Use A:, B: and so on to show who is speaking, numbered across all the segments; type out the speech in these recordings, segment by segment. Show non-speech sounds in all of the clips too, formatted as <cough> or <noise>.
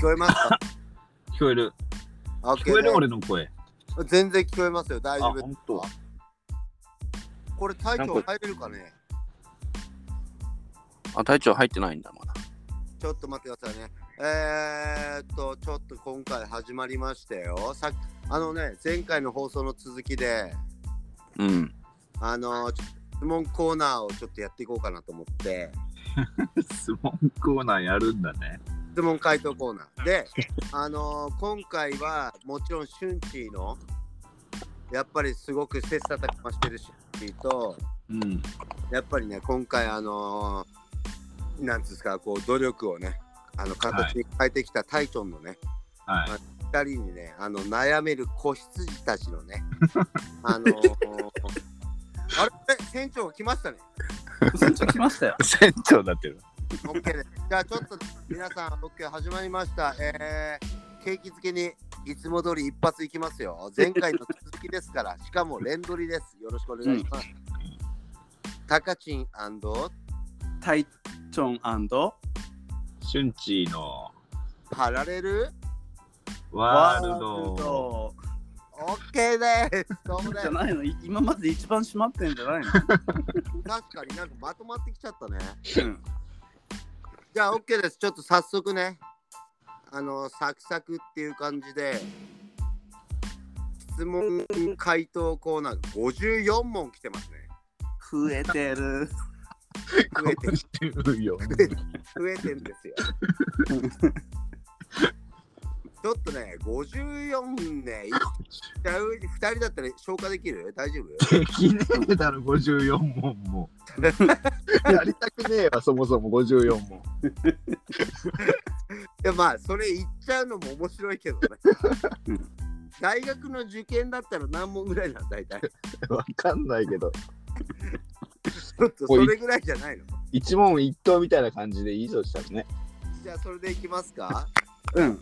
A: こえます
B: <laughs>
A: か
B: 聞こえる。
A: オッ
B: 聞
A: ケ
B: こえ
A: ーで
B: る俺の声。
A: す全然聞こえますよ、大丈夫で
B: あ
A: す
B: 本
A: これ、隊長
C: なん
A: 入れるかね
C: あ、隊長入ってないんだ、まだ。
A: ちょっと待ってくださいね。えー、っと、ちょっと今回始まりましたよ。さっきあのね、前回の放送の続きで、
C: うん。
A: あのちょ質問コーナーをちょっとやっていこうかなと思って、
B: 質問コーナーやるんだね。
A: 質問回答コーナー。で、あの今回はもちろん、シュンチーの、やっぱりすごく切磋琢磨してるシュンチーと、
B: うん。
A: やっぱりね、今回、あのー、なんつうんですか、こう、努力をね、あの、形に変えてきたタイチョンのね、
B: はい。
A: 二、人にね、あの、悩める子羊たちのね、あのー、あれえ船長が来ましたね。
D: 船長来ま
A: <laughs>
D: したよ。
C: <laughs> 船長になってる。
A: オッケーです。じゃあちょっと皆さん、オッケー始まりました。えー、景気づけにいつも通り一発いきますよ。前回の続きですから、しかも連撮りです。よろしくお願いします。タカチン
D: タイチョン
B: シュンチーの
A: パラレル
B: ワールド。。
A: オッケーです。どうもで
D: じ
A: す
D: ゃ。ないのい今までで一番閉まってんじゃない
A: <laughs>
D: の、
A: 確かになんかまとまってきちゃったね。
D: うん、
A: じゃあオッケーです。ちょっと早速ね、あのサクサクっていう感じで質問回答コーナー54問来てますね。
D: 増えてる。
A: 増えてる
B: よ。
A: 増えてんですよ。ちょっとね、54ね、いっちゃう2人だったら消化できる大丈夫
B: <laughs> できねえだろ、54問も。 <laughs> やりたくねえわ、そもそも54問。 <laughs>
A: いやまあそれ言っちゃうのも面白いけどね大学の受験だったら何問ぐらいなん大体ち
B: わかんないけど、
A: ょっとそれぐらいじゃないの
B: 一問一答みたいな感じでいいとしたらね。
A: じゃあそれでいきますか
D: うん。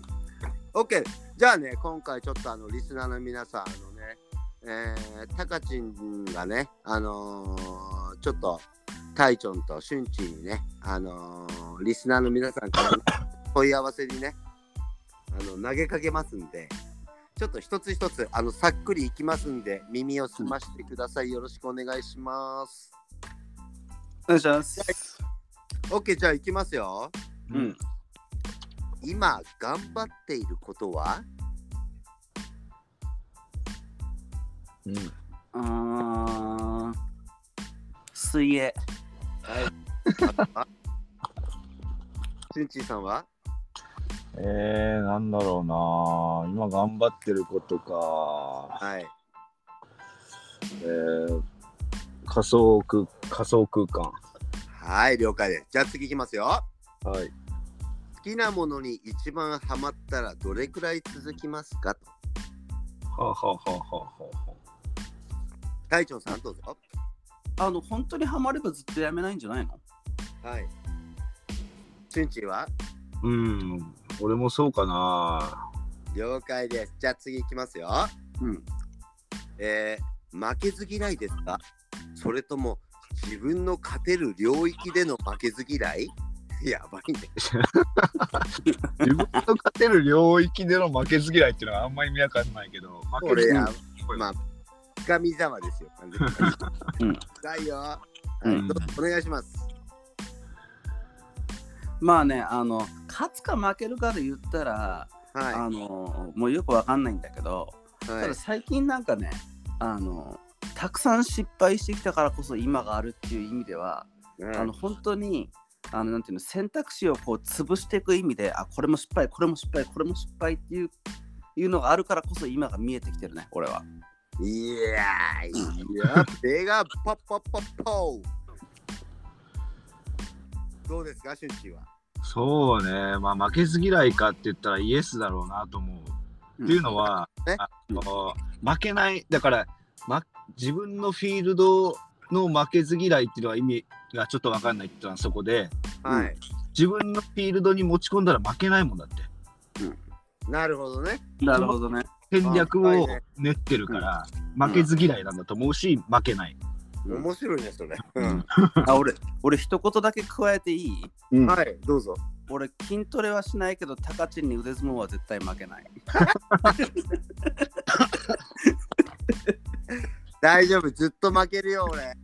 A: OK じゃあね今回ちょっとあのリスナーの皆さんあのねえー、タカチンがねあのーちょっとタイチョンとシュンチーにねあのーリスナーの皆さんからね、問い合わせにねあの投げかけますんでちょっと一つ一つあのさっくりいきますんで耳を澄ましてくださいよろしくお願いします
D: お願いします。
A: OK じゃあいきますよ
D: うん。
A: 今頑張っていることは
B: うん。
D: あー水泳。
A: シュンチーさんは
B: えー、なんだろうな今頑張ってることか。
A: はい
B: えー、仮想空仮想空間。
A: はい、了解です。じゃあ次いきますよ。
B: はい。
A: 好きなものに一番ハマったらどれくらい続きますかと。
B: はあ、はあはあはあはあ
A: 大長さん、どうぞ。
D: あの、本当にハマればずっとやめないんじゃないの
A: はい。チュンチーは
B: うん、俺もそうかな。
A: 了解です。じゃあ次いきますよ。
D: うん。
A: えー、負けず嫌いですかそれとも自分の勝てる領域での負けず嫌いやばいね。
E: 自分の勝てる領域での負けず嫌いっていうのはあんまり見分かんないけど、
A: こ
E: 負け
A: れ
E: ず
A: や、まあ、神様ですよ。完全
D: うん
A: に。 <laughs> 辛いよ。はい、
B: うん
A: どうぞお願いします。
D: まあね、あの、勝つか負けるかで言ったら、
A: は
D: あの、もうよくわかんないんだけど、
A: い。は
D: ただ最近なんかね、あの、たくさん失敗してきたからこそ今があるっていう意味では、
A: い。はい
D: あの本当にあのなんていうの選択肢をこう潰していく意味であこれも失敗これも失敗これも失敗っていういうのがあるからこそ今が見えてきてるね俺は。
A: いやー、いや、手がパッパッパッパー。どうですか、シュンチーは。
E: そうね、まあ負けず嫌いかって言ったらイエスだろうなと思う。
D: うん
E: っていうのは、
A: え
E: あの負けない、だから、ま、自分のフィールドの負けず嫌いっていうのは意味がちょっと分かんないっていうのはそこで、
A: はい。
E: 自分のフィールドに持ち込んだら負けないもんだって。
A: なるほどね。
D: なるほどね。
E: 戦略
A: あはい
E: を
A: ね
E: 練ってるから、
D: ん
E: 負けず嫌いなんだと思うし、負けない。
D: うん
A: 面白いね、それ。
E: うん
A: うん
D: あ俺俺一言だけ加えていい
B: うん
A: はい、どうぞ。
D: 俺筋トレはしないけど、タカチンに腕相撲は絶対負けない。
A: 大丈夫、ずっと負けるよ、俺。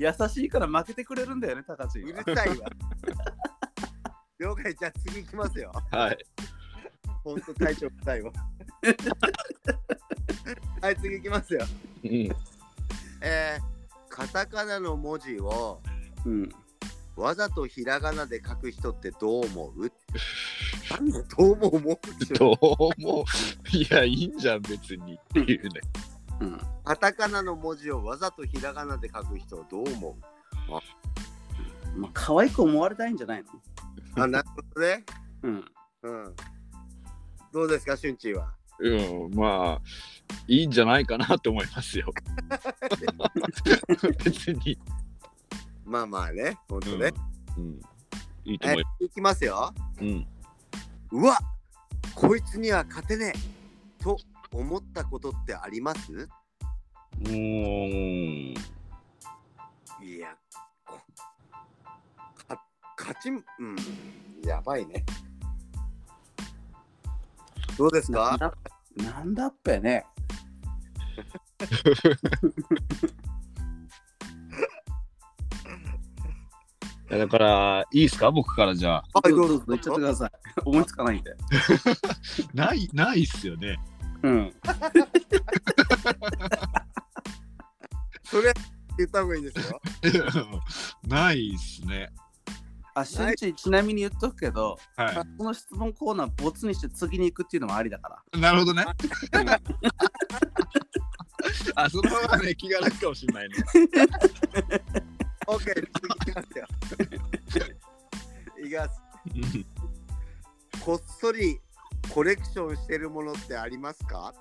D: 優しいから負けてくれるんだよね、タカチン
A: う
D: は。
A: るさいわ。了解、じゃあ次行きますよ。
E: はい。
A: ほんと体調不いわ。はい、次行きますよ。
E: うん。 <laughs>
A: えー、カタカナの文字を
D: うん。
A: わざとひらがなで書く人ってどう思うなんでどうも思うって
E: どうも、いや、いいんじゃん、別にっていうね。
D: うん。
A: カタカナの文字をわざとひらがなで書く人はどう思
D: まあ、可愛く思われたいんじゃないの
A: うあ、なるほどね。
D: うん。
A: うん。どうですか、しゅんちは。
E: うん、まあ、いいんじゃないかなと思います <laughs> よ。別に。
A: まあまあね、ほんとね。
E: うん。いいと
A: はい
E: 思いま、
A: いきますよ。
E: す。うん。
A: うわこいつには勝てねえと思ったことってあります
E: うーん。
A: いや、こか勝ち、うん、やばいね。どうです
D: なん
A: か
D: だなんだっぺね。
E: いやだから、いいですか僕からじゃあ。
A: はいどうぞ
D: 言っちゃってください。思いつかないんで。
E: ない、ないっすよね。 <laughs>
D: うん。
A: それ言った方がいいです <laughs> よ。
E: ないっすね。
D: あ、しゅんち、ちなみに言っとくけど、
E: は
D: この質問コーナー、ボツにして次に行くっていうのもありだか
E: い。なるほどね。
D: ら。うん
E: <laughs> あ、そのままね、気が楽かもしれないね。
A: OK、次いきますよ。いきます。
E: うん
A: こっそりコレクションしてるものってありますか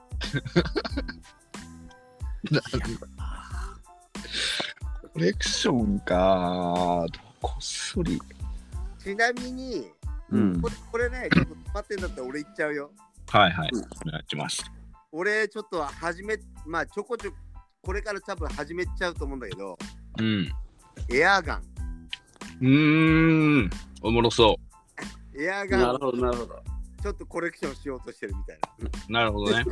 E: コレクションか。こっそり。
A: ちなみに、
E: うん。
A: これこれね、ちょっと待ってんだったら俺行っちゃうよ。
E: はいはい。お願いします。
A: 俺ちょっと始めまあちょこちょここれから多分始めちゃうと思うんだけど
E: うん。
A: エアガン
E: うーん。おもろそ。
A: エア
D: な
A: ガ
D: る
A: ン
D: ほど、なるほど。
A: ちょっとコレクションしようとしてるみたいう
E: なるほどね。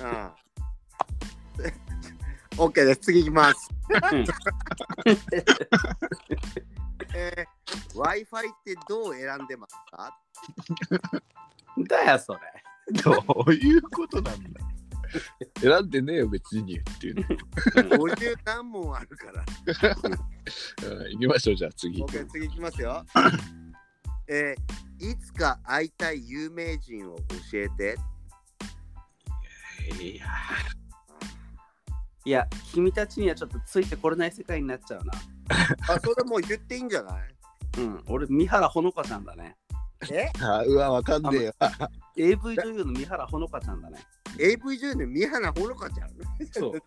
A: なうん OK です次いきます
D: うん、
A: <laughs> えー、w i f i ってどう選んでますか
D: だよ、それ。
E: どういうことなんだ選んでねえよ、別にっていうね。
A: 50何問あるから
E: うん行きましょう、じゃあ次。
A: OK 次いきますよえー、いつか会いたい有名人を教えて
E: いや
D: いや、君たちにはちょっとついてこれない世界になっちゃうな。
A: あそれもう言っていいんじゃない
D: うん、俺、三原ほのかちゃんだね。
A: え
E: あうわ、わかんねえよ。
D: AV 女優の三原ほのかちゃんだね。
A: AV 女優の三原ほのかちゃん
E: そ
A: <laughs> ちょ
E: う
A: っ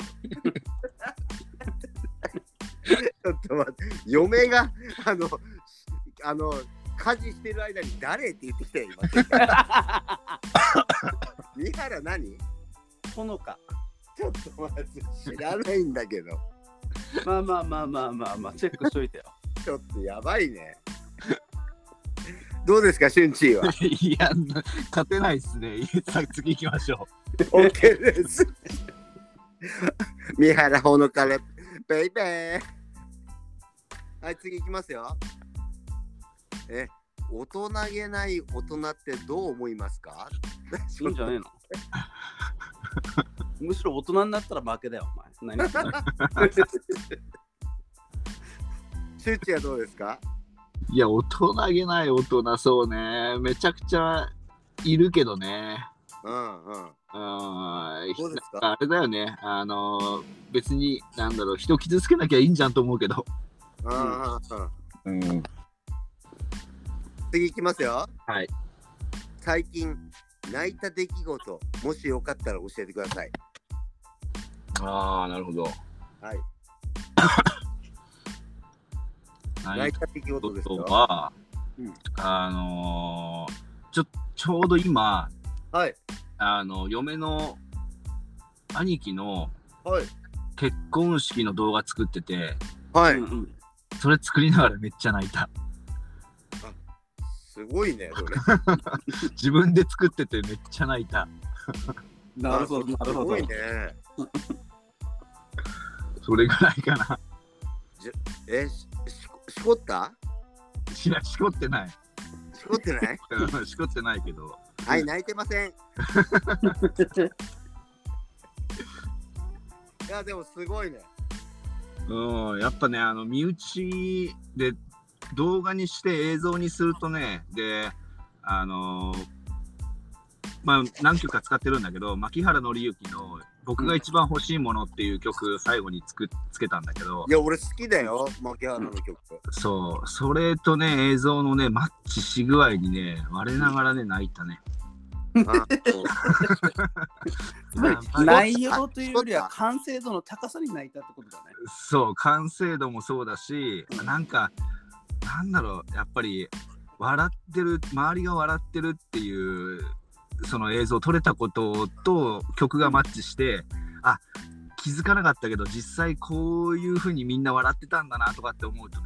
A: と待って、嫁が、あの、あの、家事してる間に誰って言ってきたよ、今。
E: <laughs>
A: 三原何
D: ほのか。
A: ちょっと待って、知らないんだけど、
D: まあまあまあまあまあまあ、チェックしといてよ。
A: ちょっとやばいね。どうですか、俊ーは。
E: いや、な勝てないっすね。 <laughs> さあ次行きましょ
A: OK です。三原ほのかれ、ベイベー。はい、次いきますよ。え、大人げない大人ってどう思いますか
D: いいんじ
A: <laughs>
D: ゃねえのむしろ大人になったら負けだよ、お前。何
A: <laughs> シューチはどうですか
E: う。いや、大人げない大人、そうね。めちゃくちゃいるけどね。
A: うんうん。
E: うん
A: どうですか
E: あれだよね。あの、別に、なんだろう、人傷つけなきゃいいんじゃんと思うけど。
A: うんうんうん、
E: うん。
A: 次いきますよ。
E: はい。
A: 最近、泣いた出来事、もしよかったら教えてください。
E: ああ、なるほど。
A: はい。
E: は
A: 泣
E: い
A: い。た出来
E: こ
A: 事です
E: と
A: よ。
E: は、
A: うん
E: あのーちょちょうど今
A: はい。
E: あの嫁の兄貴の
A: はい。
E: 結婚式の動画作ってて
A: は
D: う
A: い
D: ん。うん
E: それ作りながらめっちゃ泣いた
A: すごいね、そ
D: <laughs>
A: れ。
E: 自分で作っててめっちゃ泣いた。
D: なるほど、なるほ
A: す
D: ど
A: ごい。ね。
E: それぐらいかな。
A: え、ししこしこった
E: <laughs> いや、しこってない。
A: しこってない
E: うんしこってないけど。
A: はい、泣いてません。いや、でもすごいね。
E: うん、やっぱね、あの、身内で動画にして映像にするとね、で、あのーまあ、何曲か使ってるんだけど、牧原紀之の僕が一番欲しいものっていう曲最後につくつけたんだけど
A: い、や、俺好きだよ、牧原の曲。
E: そう、それとね、映像のね、マッチし具合にね、我ながらね、泣いたね。
A: あ
D: つまり内容というよりは完成度の高さに泣いたってことだね。
E: そう完成度もそうだし、なんかなんだろうやっぱり笑ってる周りが笑ってるっていうその映像撮れたことと曲がマッチして、あ気づかなかったけど実際こういうふうにみんな笑ってたんだなとかって思うとね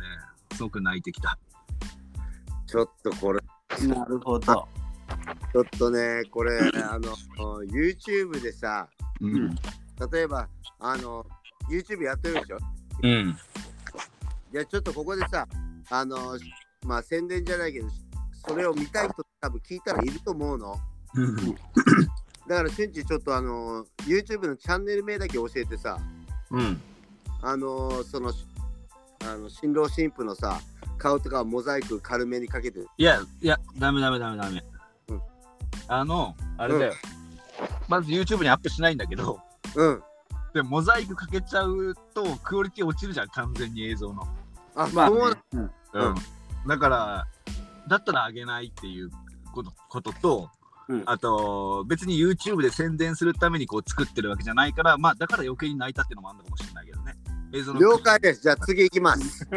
E: すごく泣いてきた。
A: ちょっとこれ、
D: なるほど。
A: ちょっとね、これ、あの、YouTube でさ、
E: うん、
A: 例えば、あの、YouTube やってるでしょ
C: うん。
A: じゃあちょっとここでさ、あの、まあ宣伝じゃないけど、それを見たい人多分聞いたらいると思うの。だから、しゅんち、ちょっとあの、YouTube のチャンネル名だけ教えてさ、
C: うん。
A: あの、その、あの新郎新婦のさ、顔とかモザイク軽めにかけて、
E: いやいやダメダメダメダメ。
A: うん
E: あのあれだよ、まず YouTube にアップしないんだけど。
A: うん。
E: でモザイクかけちゃうとクオリティ落ちるじゃん完全に映像の、
A: あ、
D: まあ
A: そうな
D: ね、うん
A: うん
E: だからだったらあげないっていうことことと、
D: うん
E: あと別に YouTube で宣伝するためにこう作ってるわけじゃないからまあだから余計に泣いたっていうのもあるのかもしれないけどね映像の
A: 了解です。じゃあ次行きます。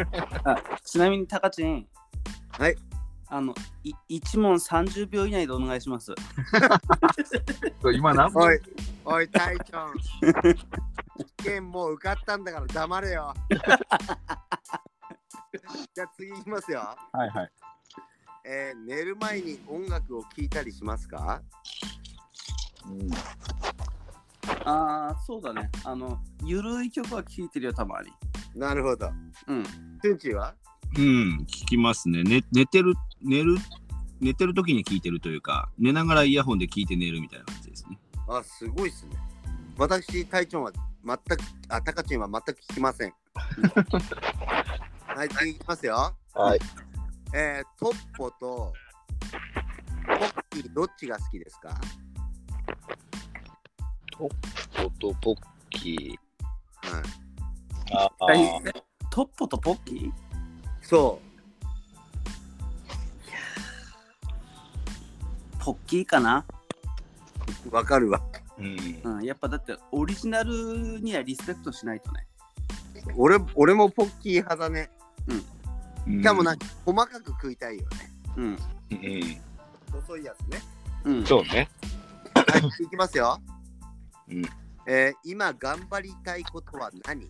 D: あちなみに、タカチン。
A: はい。
D: あの、い一問30秒以内でお願いします。
E: 今何分
A: おい、おい、隊長。試験もう受かったんだから黙れよ。 <laughs> じゃあ次行きますよ。
E: はいはい
A: えー寝る前に音楽を聴いたりしますか
D: ああ、そうだね。あの、ゆるい曲は聴いてるよ、たまに。
A: なるほど。
D: うん。
A: チュンチーは
C: うん、聞きますね。ね寝てる、寝る、寝てる時に聞いてるというか、寝ながらイヤホンで聞いて寝るみたいな感じですね。
A: あ、すごいっすね。私、隊長は全く、あ、タカチンは全く聞きません。はい、次行きますよ。
B: はい。
A: えートッポとポッキーどっちが好きですか
C: 音ポッキ
A: はい。
C: ー。ああ
D: えトッポとポッキー
A: そう。
D: ポッキーかな、
A: わかるわ。
C: うん。
D: うん、やっぱだってオリジナルにはリスペクトしないとね。
A: 俺俺もポッキー派だね。
C: し
A: しかもなんか細かく食いたいよね。
D: うん。
C: うん。
A: 細いやつね。
D: うん。
C: そうね。
A: はい、いきますよ。
C: うん
A: えー今頑張りたいことは何
C: う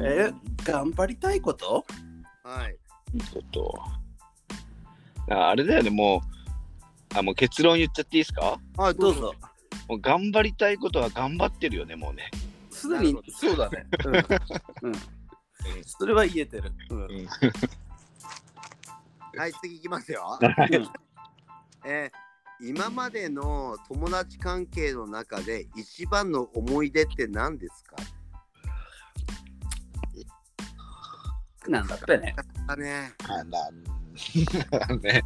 C: ん
D: えー、頑張りたいこと
A: はい。
C: ちょっと。ああれだよね、もう、あ、もう結論言っちゃっていいですか
A: あ
D: どう。ぞ。
C: もう頑張りたいことは頑張ってるよね、もうね。
D: すでに
A: なるほど
D: そうだね。 <laughs> うん。うん、それは言えてる。うん。
A: はい、次いきますよ。
D: うん
A: えー今までの友達関係の中で一番の思い出って何ですか
D: なんだってね。
A: だね。
E: あなんね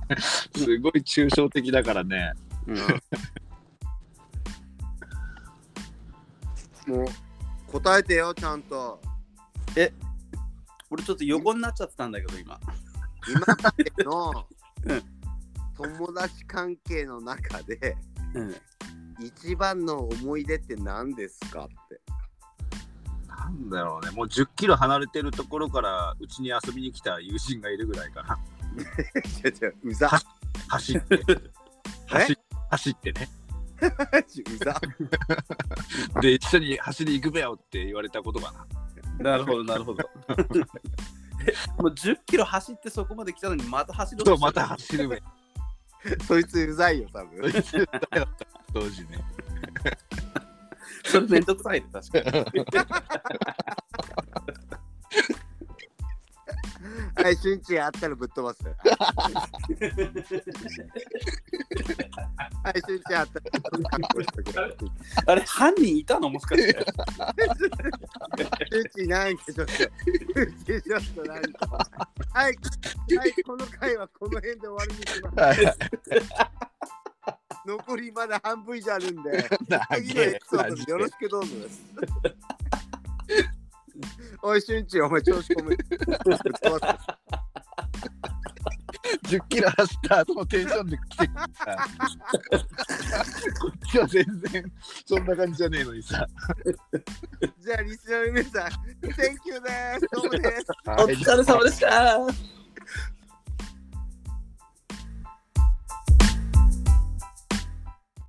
E: すごい抽象的だからね
A: もう答えてよ、ちゃんと。
D: 俺ちょっと横になっちゃってたんだけど今。
A: 今まで <laughs> の
D: うん
A: 友達関係の中で
D: うん。
A: 一番の思い出って何ですかって。
E: なんだろうねもう1 0キロ離れてるところからうちに遊びに来た友人がいるぐらいかな
A: <laughs> 違う違う、うざ。
E: 走
C: <laughs>
E: って走走ってね
A: うざ。
E: で一緒に走り行くべよって言われたことかな
D: <laughs> なるほどなるほど。もう10キロ走ってそこまで来たのにまた走ろ
E: と
D: うとしてる
E: また走るべ。
A: そいつうざいよ、多分。
E: 当時ね。
D: それめんどくさいね確かに。
A: はい、瞬時あったらぶっ飛 <laughs> ばす。はい、瞬時あったらぶっ飛ば <laughs> す。
D: あれ、犯人いたのもしか <laughs> して。
A: 瞬時なんかちょっと。瞬時ちょっとなんか。はい、はい、この回はこの辺で終わりにします。
E: はい
A: 残りまだ半分以上あるんで、次の
E: <laughs> 長
A: エ
E: い
A: ピソードでよろしくどうぞです。おい、瞬時、お前調子こむ。ぶっ飛ば
E: 10キロ走った後のテンションで来てくるから。こっちは全然そんな感じじゃねえのにさ。
A: す。じゃあ、リスナーの皆さん、Thank you です。どうもです。
D: お疲れ様でした。